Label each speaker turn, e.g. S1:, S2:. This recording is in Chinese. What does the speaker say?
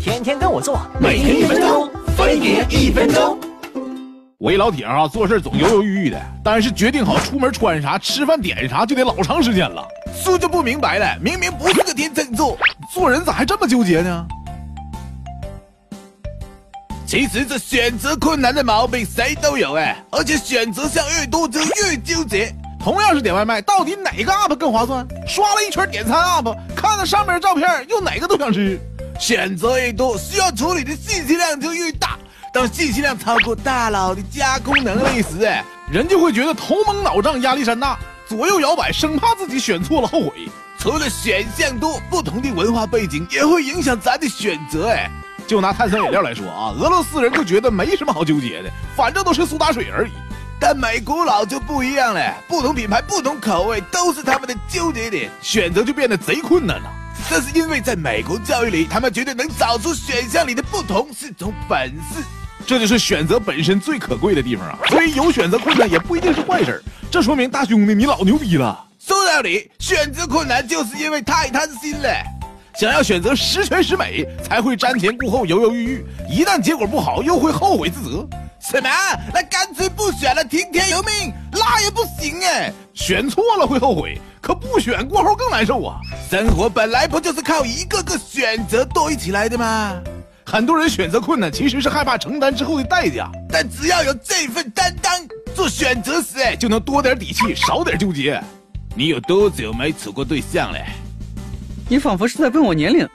S1: 天天跟我做，
S2: 每天一分钟，分别一分钟。
S3: 我一老铁啊，做事总犹犹豫豫的，但是决定好出门穿啥、吃饭点啥，就得老长时间了。这就不明白了，明明不是个天秤座，做人咋还这么纠结呢？其实这选择困难的毛病谁都有哎，而且选择项越多就越纠结。同样是点外卖，到底哪个 app 更划算？刷了一圈点餐 app，看了上面的照片，又哪个都想吃。选择越多，需要处理的信息量就越大。当信息量超过大脑的加工能力时，哎，人就会觉得头蒙脑胀，压力山大，左右摇摆，生怕自己选错了后悔。除了选项多，不同的文化背景也会影响咱的选择。哎，就拿碳酸饮料来说啊，俄罗斯人就觉得没什么好纠结的，反正都是苏打水而已。但美古佬就不一样了，不同品牌、不同口味都是他们的纠结点，选择就变得贼困难了、这是因为在美国教育里，他们绝对能找出选项里的不同是种本事。这就是选择本身最可贵的地方啊！所以有选择困难也不一定是坏事儿，这说明大兄弟你老牛逼了。说到底，选择困难就是因为太贪心了，想要选择十全十美，才会瞻前顾后、犹犹豫豫，一旦结果不好，又会后悔自责。什么？那干脆不选了，听天由命，那也不行哎！选错了会后悔，可不选过后更难受啊！生活本来不就是靠一个个选择堆起来的吗？很多人选择困难，其实是害怕承担之后的代价。但只要有这份担当，做选择时哎就能多点底气，少点纠结。你有多久没处过对象了？
S4: 你仿佛是在问我年龄。